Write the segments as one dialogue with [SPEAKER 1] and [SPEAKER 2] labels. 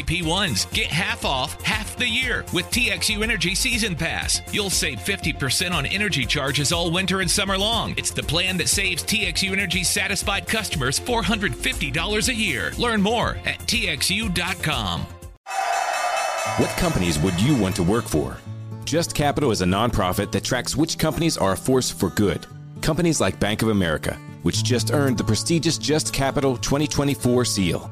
[SPEAKER 1] AP1s. Get half off half the year with TXU Energy Season Pass. You'll save 50% on energy charges all winter and summer long. It's the plan that saves TXU Energy satisfied customers $450 a year. Learn more at TXU.com.
[SPEAKER 2] What companies would you want to work for? Just Capital is a nonprofit that tracks which companies are a force for good. Companies like Bank of America, which just earned the prestigious Just Capital 2024 seal.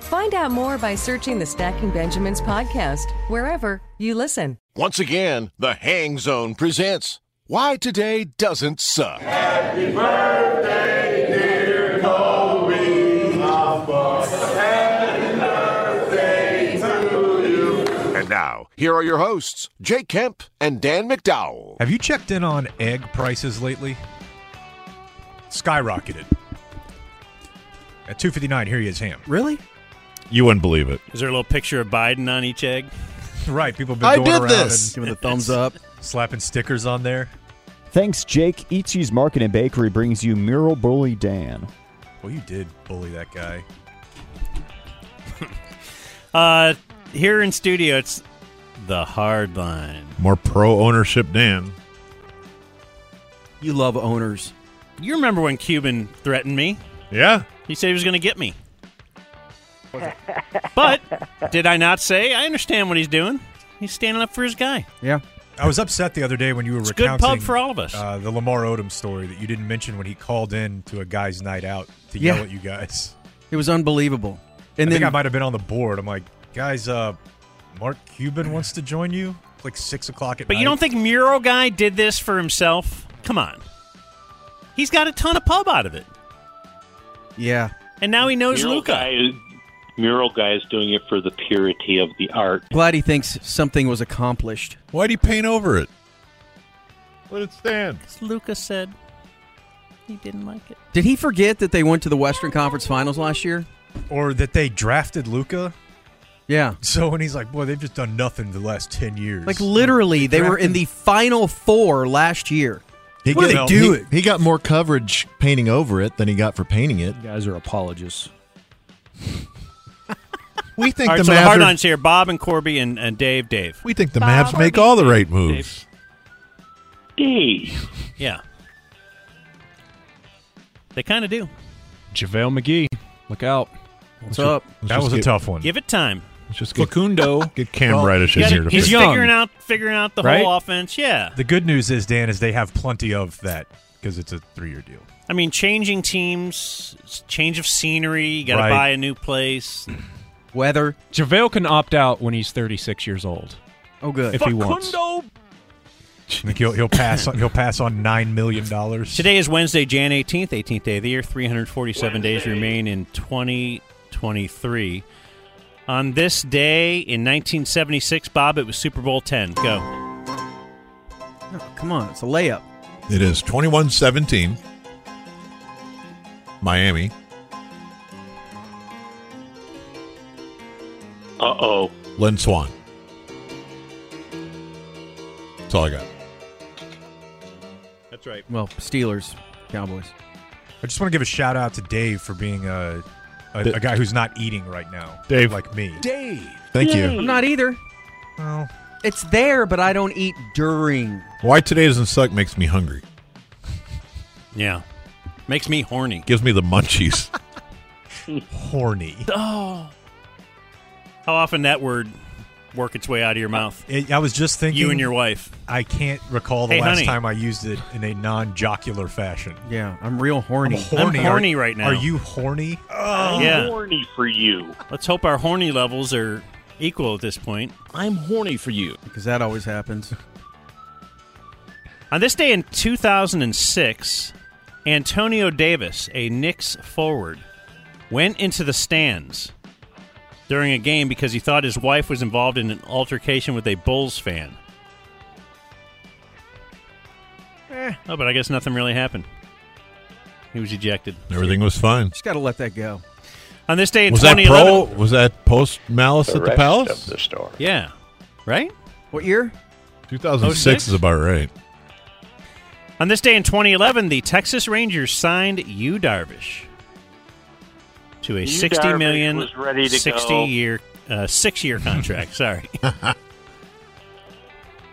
[SPEAKER 3] Find out more by searching the Stacking Benjamins podcast wherever you listen.
[SPEAKER 4] Once again, the Hang Zone presents Why Today Doesn't Suck.
[SPEAKER 5] Happy birthday, dear Colby Hopper. Happy birthday to you.
[SPEAKER 4] And now, here are your hosts, Jake Kemp and Dan McDowell.
[SPEAKER 6] Have you checked in on egg prices lately? Skyrocketed. At 259, here he is, Ham.
[SPEAKER 7] Really?
[SPEAKER 8] You wouldn't believe it.
[SPEAKER 7] Is there a little picture of Biden on each egg?
[SPEAKER 6] Right, people have been going around and slapping stickers on there.
[SPEAKER 9] Thanks, Jake. Eatsy's Market and Bakery brings you Mural Bully Dan.
[SPEAKER 6] Well, you did bully that guy.
[SPEAKER 7] Uh, here in studio, it's the hard line.
[SPEAKER 8] More pro ownership, Dan.
[SPEAKER 7] You love owners. You remember when Cuban threatened me?
[SPEAKER 8] Yeah.
[SPEAKER 7] He said he was going to get me. but did I not say? I understand what he's doing. He's standing up for his guy.
[SPEAKER 6] Yeah. I was upset the other day when you were
[SPEAKER 7] It's a good pub
[SPEAKER 6] recounting
[SPEAKER 7] for all of us.
[SPEAKER 6] Uh, the Lamar Odom story that you didn't mention when he called in to a guy's night out to
[SPEAKER 7] Yeah.
[SPEAKER 6] yell at you guys.
[SPEAKER 10] It was unbelievable. And then
[SPEAKER 6] I think I might have been on the board. I'm like, guys, uh, Mark Cuban wants to join you. It's like six o'clock at
[SPEAKER 7] But
[SPEAKER 6] night.
[SPEAKER 7] you don't think Muro Guy did this for himself? Come on. He's got a ton of pub out of it.
[SPEAKER 10] Yeah.
[SPEAKER 7] And now he knows
[SPEAKER 11] mural
[SPEAKER 7] Luca.
[SPEAKER 11] guy is, mural guy is doing it for the purity of the art.
[SPEAKER 10] Glad he thinks something was accomplished.
[SPEAKER 8] Why'd he paint over it?
[SPEAKER 7] Let it stand. Luca said he didn't like it.
[SPEAKER 10] Did he forget that they went to the Western Conference Finals last year?
[SPEAKER 6] Or that they drafted Luca?
[SPEAKER 10] Yeah.
[SPEAKER 6] So when he's like, boy, they've just done nothing the last 10 years.
[SPEAKER 10] Like literally, they were in the final four last year.
[SPEAKER 6] He
[SPEAKER 10] what are they
[SPEAKER 6] got-
[SPEAKER 10] doing?
[SPEAKER 12] He got more coverage painting over it than he got for painting it.
[SPEAKER 13] You guys are apologists.
[SPEAKER 12] We think
[SPEAKER 7] all right,
[SPEAKER 12] the
[SPEAKER 7] so
[SPEAKER 12] Mavs
[SPEAKER 7] the hard
[SPEAKER 12] are-
[SPEAKER 7] ons here: Bob and Corby and, and Dave. Dave.
[SPEAKER 8] We think the Mavs make all the right moves.
[SPEAKER 7] Dave. Yeah. They kind of do.
[SPEAKER 13] JaVale McGee, look out.
[SPEAKER 7] What's up?
[SPEAKER 6] That was a tough one.
[SPEAKER 7] Give it time.
[SPEAKER 8] Let's just
[SPEAKER 13] get, Facundo.
[SPEAKER 8] Get Cam
[SPEAKER 13] Well,
[SPEAKER 8] Reddish
[SPEAKER 7] You
[SPEAKER 8] in
[SPEAKER 7] gotta-
[SPEAKER 8] here to
[SPEAKER 7] he's
[SPEAKER 8] fix it.
[SPEAKER 7] figuring out figuring out the whole
[SPEAKER 6] Right?
[SPEAKER 7] offense. Yeah.
[SPEAKER 6] The good news is, Dan, is they have plenty of that because it's a three year deal.
[SPEAKER 7] I mean, changing teams, s- change of scenery. You got to
[SPEAKER 13] Right.
[SPEAKER 7] buy a new place.
[SPEAKER 10] Weather.
[SPEAKER 13] JaVale can opt out when he's 36 years old.
[SPEAKER 10] Oh, good.
[SPEAKER 13] If he wants.
[SPEAKER 6] Like he'll, he'll pass on, he'll pass on nine million dollars.
[SPEAKER 7] Today is Wednesday, Jan 18th, 18th day of the year. 347 days remain in 2023. On this day in 1976, Bob, it was Super Bowl 10. Go.
[SPEAKER 10] Come on, it's a layup.
[SPEAKER 8] It is 21 17. Miami.
[SPEAKER 11] Uh oh.
[SPEAKER 8] Len Swan. That's all I got.
[SPEAKER 7] That's right.
[SPEAKER 10] Well, Steelers, Cowboys.
[SPEAKER 6] I just want to give a shout out to Dave for being a a, a guy who's not eating right now.
[SPEAKER 8] Dave.
[SPEAKER 6] like me.
[SPEAKER 8] Dave. Thank you.
[SPEAKER 10] I'm not either.
[SPEAKER 6] Well,
[SPEAKER 10] it's there, but I don't eat during.
[SPEAKER 8] Why today doesn't suck makes me hungry.
[SPEAKER 7] Yeah. Makes me horny.
[SPEAKER 8] Gives me the munchies.
[SPEAKER 6] Horny.
[SPEAKER 7] Oh. How often that word work its way out of your mouth?
[SPEAKER 6] It- I was just thinking.
[SPEAKER 7] You and your wife.
[SPEAKER 6] I can't recall the
[SPEAKER 7] Hey,
[SPEAKER 6] last
[SPEAKER 7] honey.
[SPEAKER 6] time I used it in a non jocular fashion.
[SPEAKER 10] Yeah, I'm real horny.
[SPEAKER 6] I'm horny,
[SPEAKER 7] I'm horny
[SPEAKER 6] Are-
[SPEAKER 7] right now. Oh.
[SPEAKER 6] Are you horny?
[SPEAKER 7] yeah.
[SPEAKER 11] horny for you.
[SPEAKER 7] Let's hope our horny levels are equal at this point.
[SPEAKER 14] I'm horny for you.
[SPEAKER 7] Because that always happens. On this day in 2006, Antonio Davis, a Knicks forward, went into the stands during a game because he thought his wife was involved in an altercation with a Bulls fan. Eh, oh, but I guess nothing really happened. He was ejected.
[SPEAKER 15] Everything was fine.
[SPEAKER 7] Just got to let that go. On this day in
[SPEAKER 15] was that
[SPEAKER 7] 2011,
[SPEAKER 15] pro? Was that post malice
[SPEAKER 7] The
[SPEAKER 15] at the
[SPEAKER 7] rest
[SPEAKER 15] palace?
[SPEAKER 7] of the story. Yeah. Right? What year?
[SPEAKER 15] 2006 is about right.
[SPEAKER 7] On this day in 2011, the Texas Rangers signed Yu Darvish to a
[SPEAKER 8] Yu
[SPEAKER 7] sixty
[SPEAKER 8] Darvish
[SPEAKER 7] million,
[SPEAKER 8] was ready to
[SPEAKER 7] 60
[SPEAKER 8] go.
[SPEAKER 7] year, uh, six year contract. Sorry.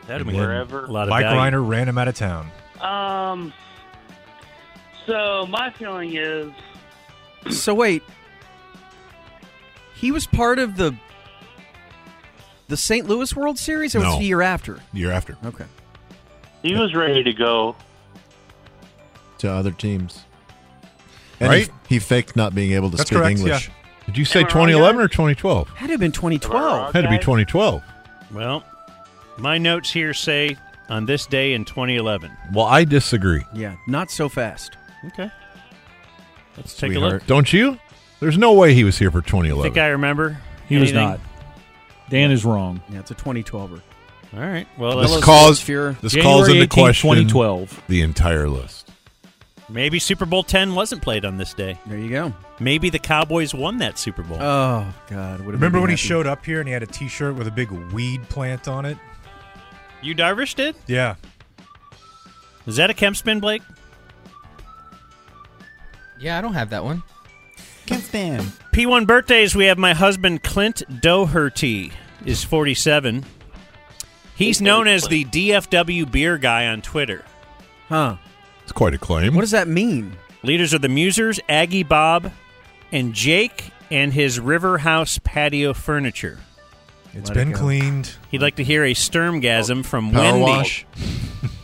[SPEAKER 7] That'd be
[SPEAKER 8] Wherever.
[SPEAKER 7] a lot of
[SPEAKER 6] Mike
[SPEAKER 7] value.
[SPEAKER 6] Reiner ran him out of town.
[SPEAKER 14] Um. So my feeling is
[SPEAKER 2] So wait, he was part of the the St. Louis World Series, or was
[SPEAKER 8] No.
[SPEAKER 2] it the year after?
[SPEAKER 15] Year after.
[SPEAKER 2] Okay.
[SPEAKER 8] He was ready to go.
[SPEAKER 12] to other teams. And
[SPEAKER 15] Right?
[SPEAKER 12] He, he faked not being able to
[SPEAKER 15] That's
[SPEAKER 12] speak
[SPEAKER 15] correct,
[SPEAKER 12] English.
[SPEAKER 15] yeah. Did you say Am I wrong, 2011 or 2012?
[SPEAKER 2] Had to have been 2012.
[SPEAKER 15] Had to be 2012.
[SPEAKER 7] Well, my notes here say on this day in 2011.
[SPEAKER 15] Well, I disagree.
[SPEAKER 2] Yeah, not so fast.
[SPEAKER 7] Okay. Let's take a look.
[SPEAKER 15] Don't you? There's no way he was here for 2011.
[SPEAKER 7] Think I remember?
[SPEAKER 15] He was
[SPEAKER 7] anything?
[SPEAKER 15] not.
[SPEAKER 16] Dan is wrong.
[SPEAKER 2] Yeah, it's a 2012er.
[SPEAKER 7] All right. Well, that
[SPEAKER 15] this
[SPEAKER 7] was-
[SPEAKER 15] calls this calls into question
[SPEAKER 16] 2012.
[SPEAKER 15] the entire list.
[SPEAKER 7] Maybe Super Bowl 10 wasn't played on this day.
[SPEAKER 2] There you go.
[SPEAKER 7] Maybe the Cowboys won that Super Bowl.
[SPEAKER 15] Uh,
[SPEAKER 2] Oh God!
[SPEAKER 6] Remember when he showed up here and he had a T-shirt with a big weed plant on it?
[SPEAKER 7] You Darvish did?
[SPEAKER 6] Yeah,
[SPEAKER 7] Is that a Kemp spin, Blake?
[SPEAKER 1] Yeah, I don't have that one.
[SPEAKER 7] Kemp spin. P1 birthdays, we have my husband Clint Doherty is 47. He's known as the DFW beer guy on Twitter.
[SPEAKER 2] Huh.
[SPEAKER 15] It's quite a claim.
[SPEAKER 2] What does that mean?
[SPEAKER 7] Leaders are the Musers, Aggie Bob, and Jake and his River House patio furniture.
[SPEAKER 6] It's
[SPEAKER 7] It's
[SPEAKER 6] been cleaned.
[SPEAKER 7] He'd like to hear a sturmgasm from
[SPEAKER 6] Power
[SPEAKER 7] Wendy.
[SPEAKER 6] wash.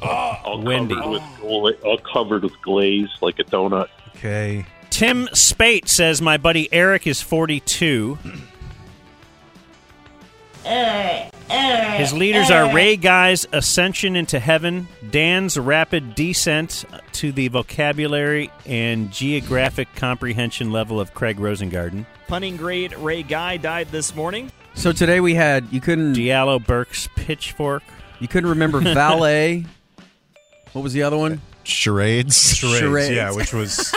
[SPEAKER 8] All covered with gla- all covered with glaze like a donut.
[SPEAKER 6] Okay.
[SPEAKER 7] Tim Spate says my buddy Eric is 42. His leaders are Ray Guy's ascension into heaven, Dan's rapid descent to the vocabulary and geographic comprehension level of Craig Rosengarten.
[SPEAKER 17] Punning great Ray Guy died this morning.
[SPEAKER 2] So today we had you couldn't
[SPEAKER 7] Diallo Burke's pitchfork.
[SPEAKER 2] You couldn't remember valet. what was the other one?
[SPEAKER 12] Charades.
[SPEAKER 6] Charades, yeah, which was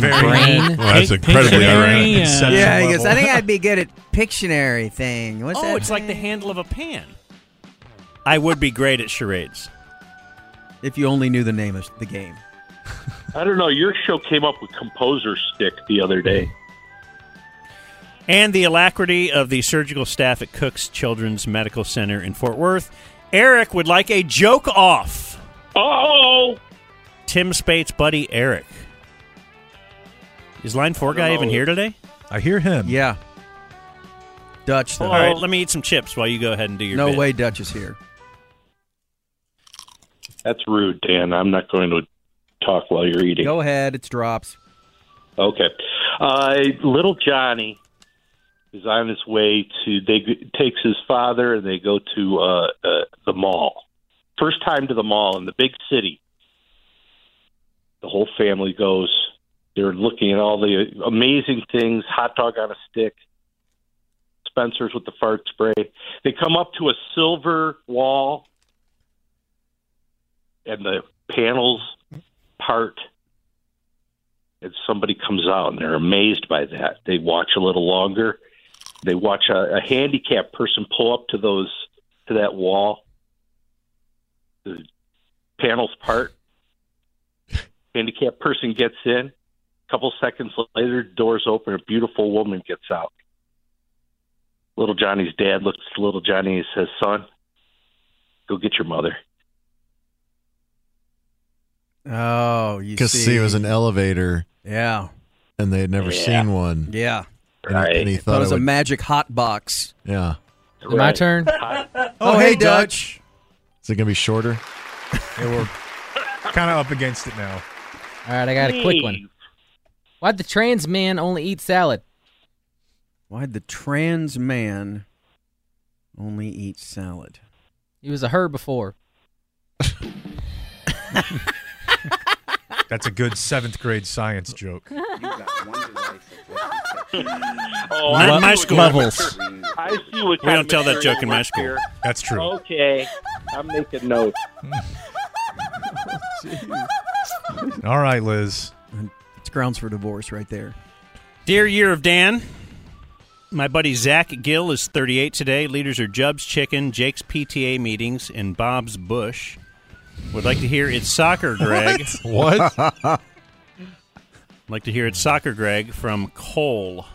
[SPEAKER 2] very-
[SPEAKER 15] Well, that's incredibly ironic.
[SPEAKER 2] yeah, he goes, I think I'd be good at Pictionary thing. What's
[SPEAKER 7] oh,
[SPEAKER 2] that?
[SPEAKER 7] it's like the handle of a pan. I would be great at charades.
[SPEAKER 2] If you only knew the name of the game.
[SPEAKER 8] I don't know. Your show came up with composer stick the other day.
[SPEAKER 7] and the alacrity of the surgical staff at Cook's Children's Medical Center in Fort Worth. Eric would like a joke off.
[SPEAKER 8] Oh,
[SPEAKER 7] Tim Spate's buddy Eric. Is line four
[SPEAKER 6] I don't
[SPEAKER 7] guy even
[SPEAKER 6] know.
[SPEAKER 7] here today?
[SPEAKER 6] I hear him.
[SPEAKER 2] Yeah. Dutch.
[SPEAKER 8] Oh,
[SPEAKER 2] Though.
[SPEAKER 7] All right, let me eat some chips while you go ahead and do your.
[SPEAKER 2] no
[SPEAKER 7] bit.
[SPEAKER 2] way, Dutch is here.
[SPEAKER 8] that's rude, Dan. I'm not going to talk while you're eating.
[SPEAKER 2] Go ahead. It's drops.
[SPEAKER 8] Okay. Uh, little Johnny is on his way to. They g- takes his father and they go to uh, uh, the mall. First time to the mall in the big city. The whole family goes. They're looking at all the amazing things. Hot dog on a stick. Spencer's with the fart spray. They come up to a silver wall, and the panels part and somebody comes out and they're amazed by that. They watch a little longer. They watch a, a handicapped person pull up to those to that wall. The panels part. Handicapped person gets in. A couple seconds later, doors open. A beautiful woman gets out. Little Johnny's dad looks at little Johnny and says, "Son, go get your mother."
[SPEAKER 2] Oh, you
[SPEAKER 12] Because
[SPEAKER 2] see.
[SPEAKER 12] he was an elevator.
[SPEAKER 2] Yeah.
[SPEAKER 12] And they had never
[SPEAKER 2] Yeah.
[SPEAKER 12] seen one.
[SPEAKER 2] Yeah.
[SPEAKER 12] And, he- and he
[SPEAKER 2] That
[SPEAKER 12] thought
[SPEAKER 2] was
[SPEAKER 12] it
[SPEAKER 2] a
[SPEAKER 12] would-
[SPEAKER 2] magic hot box.
[SPEAKER 12] Yeah.
[SPEAKER 1] Is it my turn?
[SPEAKER 2] Oh, hey, Dutch.
[SPEAKER 12] Is it going to be shorter?
[SPEAKER 6] Yeah, we're kind of up against it now.
[SPEAKER 1] All right, I got a quick one. Why'd the trans man only eat salad?
[SPEAKER 2] Why'd the trans man
[SPEAKER 18] Only eat salad.
[SPEAKER 19] He was a her before.
[SPEAKER 6] That's a good seventh grade science joke.
[SPEAKER 7] Oh, I Not in my see what school. kind of Levels.
[SPEAKER 20] I see what
[SPEAKER 7] We
[SPEAKER 20] kind
[SPEAKER 7] don't
[SPEAKER 20] of
[SPEAKER 7] tell that
[SPEAKER 20] material
[SPEAKER 7] joke in my
[SPEAKER 20] is
[SPEAKER 7] school.
[SPEAKER 20] here.
[SPEAKER 6] That's true.
[SPEAKER 20] Okay, I'm making notes.
[SPEAKER 6] All right, Liz.
[SPEAKER 18] It's grounds for divorce right there.
[SPEAKER 7] Dear Year of Dan, my buddy Zach Gill is 38 today. Leaders are Jubb's Chicken, Jake's PTA meetings, and Bob's Bush. Would like to hear it's soccer, Greg.
[SPEAKER 8] What?
[SPEAKER 7] like to hear it's soccer, Greg, from Cole.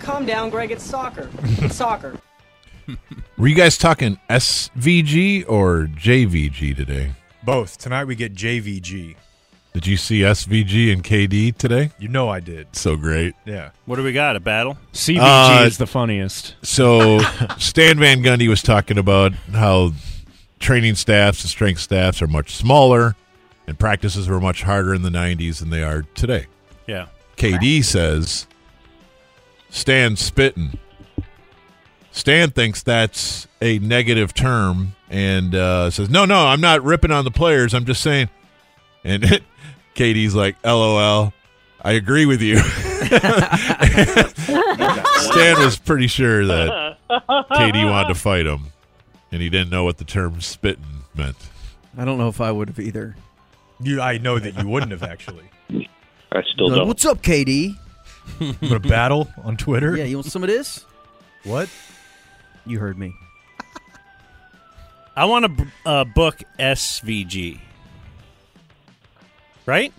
[SPEAKER 21] Calm down, Greg. It's soccer. It's soccer.
[SPEAKER 8] Were you guys talking SVG or JVG today?
[SPEAKER 6] Both. Tonight we get JVG.
[SPEAKER 8] Did you see SVG and KD today?
[SPEAKER 6] You know I did.
[SPEAKER 8] So great.
[SPEAKER 6] Yeah.
[SPEAKER 7] What do we got? A battle?
[SPEAKER 8] Uh,
[SPEAKER 13] funniest.
[SPEAKER 8] So Stan Van Gundy was talking about how training staffs and strength staffs are much smaller and practices were much harder in the 90s than they are today.
[SPEAKER 7] Yeah.
[SPEAKER 8] KD says Stan spitting. Stan thinks that's a negative term and uh, says, "No, no, I'm not ripping on the players. I'm just saying." And KD's like, "LOL, I agree with you." Stan was pretty sure that KD wanted to fight him, and he didn't know what the term spitting meant.
[SPEAKER 18] I don't know if I would have either.
[SPEAKER 6] You, I know that you wouldn't have actually.
[SPEAKER 11] I still
[SPEAKER 18] Like,
[SPEAKER 11] don't.
[SPEAKER 18] What's up, KD?
[SPEAKER 6] But a battle on Twitter.
[SPEAKER 18] Yeah, you want some of this?
[SPEAKER 6] What?
[SPEAKER 18] You heard me.
[SPEAKER 7] I want to b- uh, book SVG. Right?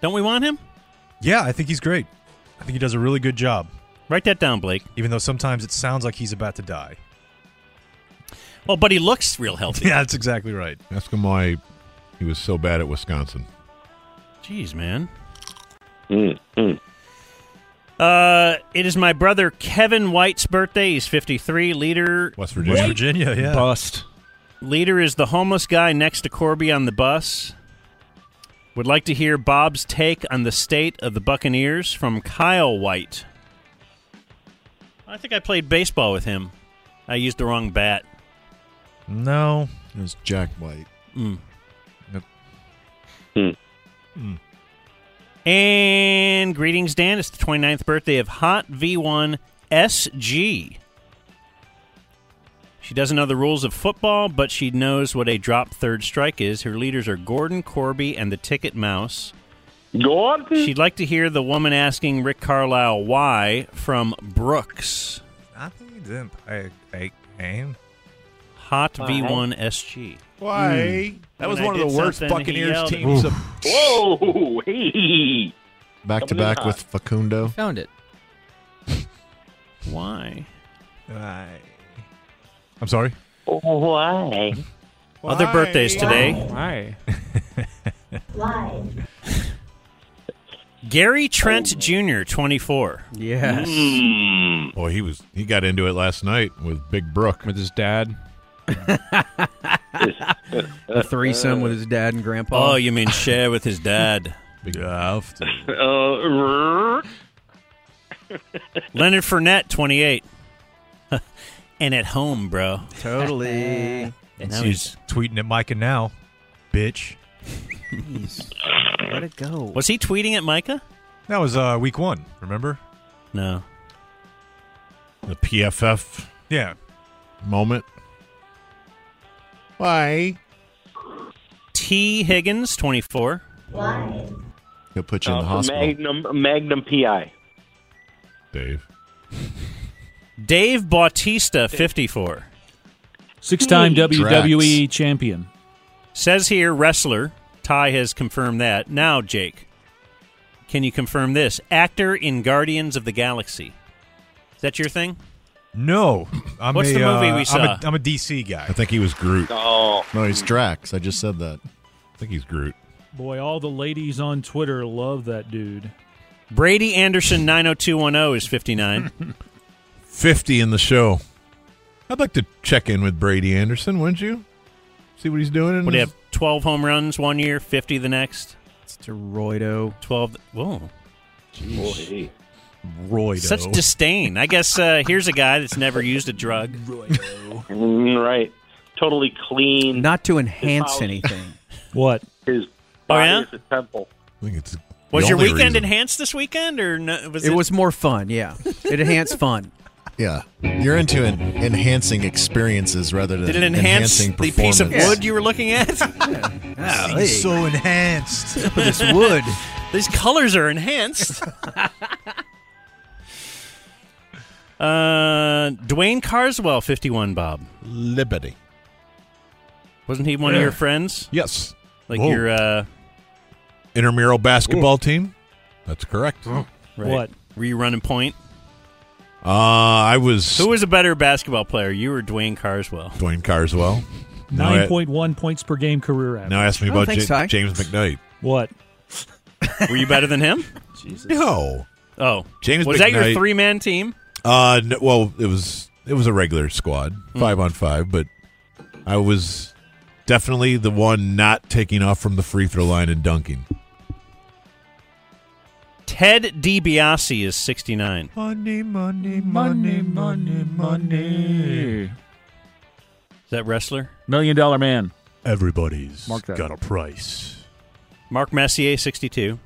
[SPEAKER 7] Don't we want him?
[SPEAKER 6] Yeah, I think he's great. I think he does a really good job.
[SPEAKER 7] Write that down, Blake.
[SPEAKER 6] Even though sometimes it sounds like he's about to die.
[SPEAKER 7] Well, but he looks real healthy.
[SPEAKER 6] Yeah, that's exactly right.
[SPEAKER 8] Ask him why he was so bad at Wisconsin.
[SPEAKER 7] Jeez, man.
[SPEAKER 11] Mm-hmm.
[SPEAKER 7] Uh, it is my brother Kevin White's birthday. He's 53. Leader
[SPEAKER 8] West
[SPEAKER 6] Virginia. West Virginia, yeah.
[SPEAKER 13] Bust.
[SPEAKER 7] Leader is the homeless guy next to Corby on the bus. Would like to hear Bob's take on the state of the Buccaneers from Kyle White. I think I played baseball with him. I used the wrong bat.
[SPEAKER 6] No.
[SPEAKER 12] It was Jack White.
[SPEAKER 7] Mm.
[SPEAKER 12] Yep.
[SPEAKER 11] Hmm.
[SPEAKER 7] And greetings, Dan. It's the 29th birthday of Hot V1 SG. She doesn't know the rules of football, but she knows what a drop third strike is. Her leaders are Gordon Corby and the Ticket Mouse.
[SPEAKER 20] Gordon?
[SPEAKER 7] She'd like to hear the woman asking Rick Carlisle why from Brooks.
[SPEAKER 6] I think he didn't play a game.
[SPEAKER 7] Hot
[SPEAKER 6] Why?
[SPEAKER 7] V1 SG.
[SPEAKER 6] Hmm.
[SPEAKER 8] Why?
[SPEAKER 7] That was When I one of the did worst something, he Buccaneers yelled. teams of-
[SPEAKER 11] Whoa! Hey.
[SPEAKER 12] Back to
[SPEAKER 11] Coming in
[SPEAKER 12] back
[SPEAKER 11] hot.
[SPEAKER 12] with Facundo.
[SPEAKER 19] Found it.
[SPEAKER 7] Why?
[SPEAKER 6] Why? I'm sorry?
[SPEAKER 11] Why?
[SPEAKER 7] Other birthdays today.
[SPEAKER 13] Why?
[SPEAKER 5] Why?
[SPEAKER 7] Gary Trent Jr., 24.
[SPEAKER 18] Yes.
[SPEAKER 8] Boy, he was he got into it last night with Big Brook with his dad.
[SPEAKER 18] A threesome with his dad and grandpa.
[SPEAKER 7] Oh, you mean share with his dad.
[SPEAKER 8] Big
[SPEAKER 11] Uh,
[SPEAKER 7] Leonard Fournette, 28. and at home, bro.
[SPEAKER 18] Totally.
[SPEAKER 7] And now
[SPEAKER 6] He's
[SPEAKER 7] he's,
[SPEAKER 6] tweeting at Micah now. Bitch.
[SPEAKER 18] Jeez. Let it go.
[SPEAKER 7] was he tweeting at Micah?
[SPEAKER 6] That was uh, week one, remember?
[SPEAKER 7] No.
[SPEAKER 8] The PFF
[SPEAKER 6] Yeah.
[SPEAKER 8] moment. Why?
[SPEAKER 7] T. Higgins, 24.
[SPEAKER 5] Why?
[SPEAKER 12] He'll put you in the
[SPEAKER 11] uh,
[SPEAKER 12] hospital.
[SPEAKER 11] Magnum, Magnum PI.
[SPEAKER 8] Dave.
[SPEAKER 7] Dave Bautista, 54.
[SPEAKER 13] Six time
[SPEAKER 12] Drax.
[SPEAKER 8] E
[SPEAKER 13] WWE champion.
[SPEAKER 7] Says here, wrestler. Ty has confirmed that. Now, Jake, can you confirm this? Actor in Guardians of the Galaxy. Is that your thing?
[SPEAKER 6] No. I'm
[SPEAKER 7] What's
[SPEAKER 6] a,
[SPEAKER 7] the movie
[SPEAKER 6] uh,
[SPEAKER 7] we saw?
[SPEAKER 6] I'm a, I'm a DC guy.
[SPEAKER 8] I think he was Groot. I
[SPEAKER 11] Oh,
[SPEAKER 12] No, he's Drax. I just said that.
[SPEAKER 8] think he's Groot.
[SPEAKER 13] Boy, all the ladies on Twitter love that dude.
[SPEAKER 7] Brady Anderson, 90210, is 59.
[SPEAKER 8] 50 in the show. I'd like to check in with Brady Anderson, wouldn't you? See what he's doing. In
[SPEAKER 7] What do you
[SPEAKER 8] his-
[SPEAKER 7] have? 12 home runs one year, 50 the next.
[SPEAKER 18] It's Roido.
[SPEAKER 7] 12. Whoa.
[SPEAKER 11] boy.
[SPEAKER 8] Roido.
[SPEAKER 7] Such disdain. I guess uh, here's a guy that's never used a drug.
[SPEAKER 11] Mm, Right. Totally clean.
[SPEAKER 18] Not to enhance
[SPEAKER 11] house.
[SPEAKER 18] anything.
[SPEAKER 13] What?
[SPEAKER 11] His body is a temple.
[SPEAKER 8] I think it's
[SPEAKER 7] Was
[SPEAKER 18] The
[SPEAKER 7] your
[SPEAKER 18] only
[SPEAKER 7] Oh, weekend
[SPEAKER 18] reason.
[SPEAKER 7] enhanced this weekend, or no, was it,
[SPEAKER 18] It was more fun, yeah. It enhanced fun.
[SPEAKER 12] Yeah, you're into en- enhancing experiences rather than
[SPEAKER 7] Did it enhance
[SPEAKER 12] enhancing
[SPEAKER 7] the piece of
[SPEAKER 12] performance.
[SPEAKER 7] wood you were looking at?
[SPEAKER 12] thing is so
[SPEAKER 7] enhanced.
[SPEAKER 12] But it's wood.
[SPEAKER 7] These colors are enhanced. uh, Dwayne Carswell, 51, Bob.
[SPEAKER 8] Liberty.
[SPEAKER 7] Wasn't he one of your friends?
[SPEAKER 8] Yes.
[SPEAKER 7] Like
[SPEAKER 8] Whoa.
[SPEAKER 7] your, uh,
[SPEAKER 8] Intramural basketball team. That's correct.
[SPEAKER 7] right.
[SPEAKER 8] What?
[SPEAKER 7] Were you running point?
[SPEAKER 8] Uh, I was
[SPEAKER 7] Who was a better basketball player, you or Dwayne Carswell?
[SPEAKER 8] Dwayne Carswell. Now I-
[SPEAKER 13] Nine point one points per game career average.
[SPEAKER 8] Now ask me about Ja- James McKnight.
[SPEAKER 13] What?
[SPEAKER 7] Were you better than him?
[SPEAKER 8] No.
[SPEAKER 7] Oh,
[SPEAKER 8] James
[SPEAKER 7] was that your
[SPEAKER 8] McKnight-
[SPEAKER 7] three man team?
[SPEAKER 8] Uh, no, well, it was it was a regular squad, five on five, but I was definitely the one not taking off from the free throw line and dunking.
[SPEAKER 7] Ted DiBiase is 69.
[SPEAKER 8] Money, money, money, money, money.
[SPEAKER 7] Is that wrestler?
[SPEAKER 1] Million Dollar Man.
[SPEAKER 8] Everybody's
[SPEAKER 1] Mark that.
[SPEAKER 8] got a price.
[SPEAKER 7] Mark Messier, 62.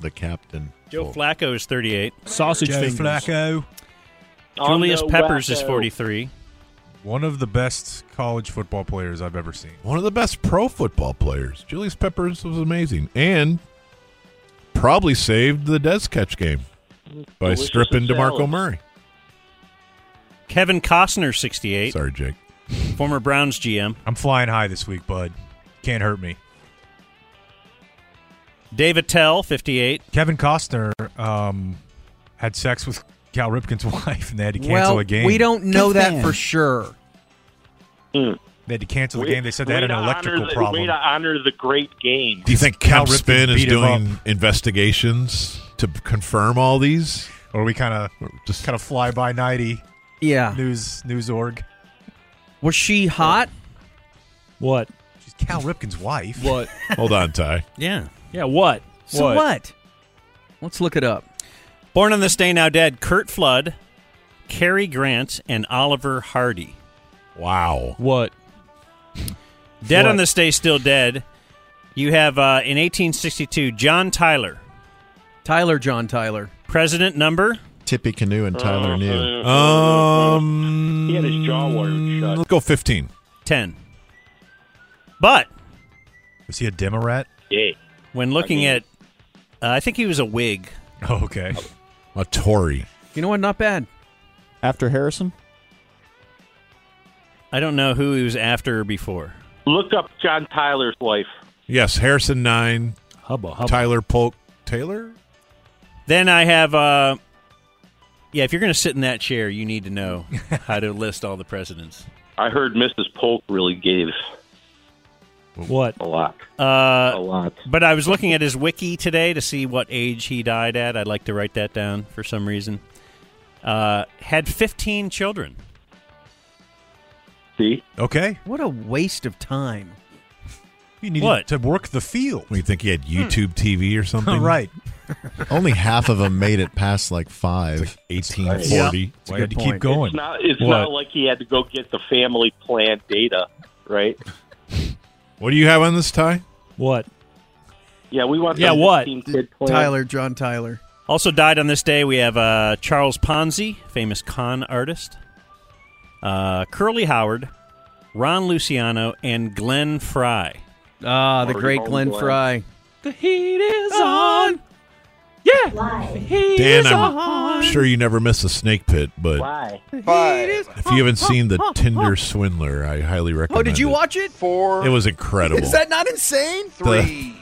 [SPEAKER 12] The captain.
[SPEAKER 7] Joe Flacco is 38.
[SPEAKER 13] Sausage Joe fingers. Flacco.
[SPEAKER 7] Julius
[SPEAKER 13] On the
[SPEAKER 7] Peppers is
[SPEAKER 13] wacko.
[SPEAKER 7] 43.
[SPEAKER 6] One of the best college football players I've ever seen.
[SPEAKER 8] One of the best pro football players. Julius Peppers was amazing and probably saved the Des catch game by
[SPEAKER 7] Delicious
[SPEAKER 8] stripping
[SPEAKER 7] and
[SPEAKER 8] DeMarco
[SPEAKER 7] salad.
[SPEAKER 8] Murray.
[SPEAKER 7] Kevin Costner, 68.
[SPEAKER 8] Sorry, Jake.
[SPEAKER 7] Former Browns GM.
[SPEAKER 6] I'm flying high this week, bud. Can't hurt me.
[SPEAKER 7] Dave Attell, 58.
[SPEAKER 6] Kevin Costner um, had sex with Cal Ripken's wife, and they had to cancel
[SPEAKER 18] well,
[SPEAKER 6] a game.
[SPEAKER 18] we don't know that for sure.
[SPEAKER 6] They had to cancel the
[SPEAKER 11] Way-
[SPEAKER 6] game. They said they
[SPEAKER 11] way
[SPEAKER 6] had an
[SPEAKER 11] to honor
[SPEAKER 6] electrical
[SPEAKER 11] the-
[SPEAKER 6] problem.
[SPEAKER 11] Way to honor the great game.
[SPEAKER 8] Do you think
[SPEAKER 6] Cal
[SPEAKER 8] Kemp
[SPEAKER 6] Ripken
[SPEAKER 8] Spin is
[SPEAKER 6] beat him
[SPEAKER 8] doing investigations to b- confirm all these?
[SPEAKER 6] Or we kind of just kind of fly by nighty.
[SPEAKER 18] Yeah.
[SPEAKER 6] News news org.
[SPEAKER 18] Was she hot?
[SPEAKER 13] What?
[SPEAKER 6] She's Cal Ripken's wife.
[SPEAKER 18] What?
[SPEAKER 8] Hold on, Ty.
[SPEAKER 7] Yeah.
[SPEAKER 13] Yeah, what?
[SPEAKER 18] So what? Let's look it up.
[SPEAKER 7] Born on this day, now dead. Kurt Flood, Cary Grant, and Oliver Hardy.
[SPEAKER 8] Wow.
[SPEAKER 13] What?
[SPEAKER 7] Dead
[SPEAKER 13] What?
[SPEAKER 7] on this day, still dead. You have uh, in 1862 John Tyler,
[SPEAKER 18] Tyler John Tyler.
[SPEAKER 7] president number.
[SPEAKER 12] Tippy Canoe and Tyler New.
[SPEAKER 8] Um,
[SPEAKER 11] Uh, he had his jaw wired shut.
[SPEAKER 8] Let's go 15.
[SPEAKER 7] 10. But
[SPEAKER 6] Was he a Democrat?
[SPEAKER 11] Yeah.
[SPEAKER 7] when looking
[SPEAKER 11] mean-
[SPEAKER 7] at, uh, I think he was a Whig.
[SPEAKER 6] Oh, okay.
[SPEAKER 8] A Tory.
[SPEAKER 18] You know what? Not bad.
[SPEAKER 9] After Harrison?
[SPEAKER 7] I don't know who he was after or before.
[SPEAKER 11] Look up John Tyler's wife.
[SPEAKER 8] Yes, Harrison 9,
[SPEAKER 13] Hubba hubba.
[SPEAKER 8] Tyler Polk Taylor?
[SPEAKER 7] Then I have, uh, yeah, if you're going to sit in that chair, you need to know how to list all the presidents.
[SPEAKER 11] I heard Mrs. Polk really gave
[SPEAKER 13] What?
[SPEAKER 11] a lot.
[SPEAKER 7] Uh,
[SPEAKER 11] A lot.
[SPEAKER 7] But I was looking at his wiki today to see what age he died at. I'd like to write that down for some reason. Uh, had 15 children.
[SPEAKER 11] See?
[SPEAKER 6] Okay.
[SPEAKER 18] What a waste of time.
[SPEAKER 6] You needed
[SPEAKER 7] What?
[SPEAKER 6] to work the field.
[SPEAKER 8] What, you think he had YouTube TV or something?
[SPEAKER 6] right.
[SPEAKER 12] Only half of them made it past like five.
[SPEAKER 8] 1840.
[SPEAKER 12] Yeah.
[SPEAKER 6] Why
[SPEAKER 12] a
[SPEAKER 6] had to
[SPEAKER 12] good
[SPEAKER 6] keep
[SPEAKER 12] point.
[SPEAKER 6] going?
[SPEAKER 11] It's not, it's
[SPEAKER 8] What?
[SPEAKER 11] not like he had to go get the family plan data, right?
[SPEAKER 8] What do you have on this, Ty?
[SPEAKER 13] What?
[SPEAKER 11] Yeah, we want
[SPEAKER 13] Yeah,
[SPEAKER 11] the
[SPEAKER 13] what?
[SPEAKER 11] 15 kid plan.
[SPEAKER 18] Tyler John Tyler.
[SPEAKER 7] Also died on this day, we have uh, Charles Ponzi, famous con artist, uh, Curly Howard, Ron Luciano, and Glenn Fry.
[SPEAKER 18] Ah, the
[SPEAKER 7] Already
[SPEAKER 18] great
[SPEAKER 7] home,
[SPEAKER 18] Glenn
[SPEAKER 7] Glenn.
[SPEAKER 18] Fry. Ah.
[SPEAKER 1] The heat is on. Yeah. The heat
[SPEAKER 8] Dan,
[SPEAKER 1] is
[SPEAKER 8] I'm
[SPEAKER 1] on.
[SPEAKER 8] sure you never miss a snake pit, but
[SPEAKER 11] Why?
[SPEAKER 8] if you haven't seen The Tinder Swindler, I highly recommend
[SPEAKER 18] Oh, did you
[SPEAKER 8] it.
[SPEAKER 18] watch it?
[SPEAKER 8] It was incredible.
[SPEAKER 18] Is that not insane?
[SPEAKER 8] Three.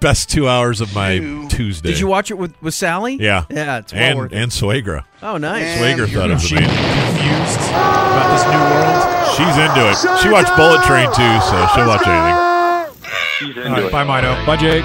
[SPEAKER 8] Best two hours of my Tuesday.
[SPEAKER 18] Did you watch it with, with Sally?
[SPEAKER 8] Yeah.
[SPEAKER 18] Yeah, it's well
[SPEAKER 8] and,
[SPEAKER 18] worth it.
[SPEAKER 8] And Suegra.
[SPEAKER 18] Oh, nice.
[SPEAKER 8] Swager thought it was
[SPEAKER 6] She
[SPEAKER 8] amazing.
[SPEAKER 6] confused about this new world.
[SPEAKER 8] She's into it. She watched Bullet Train too, so she'll watch anything.
[SPEAKER 11] He's
[SPEAKER 6] All
[SPEAKER 11] into
[SPEAKER 6] right,
[SPEAKER 11] it.
[SPEAKER 6] bye, Mino.
[SPEAKER 9] Bye, Jake.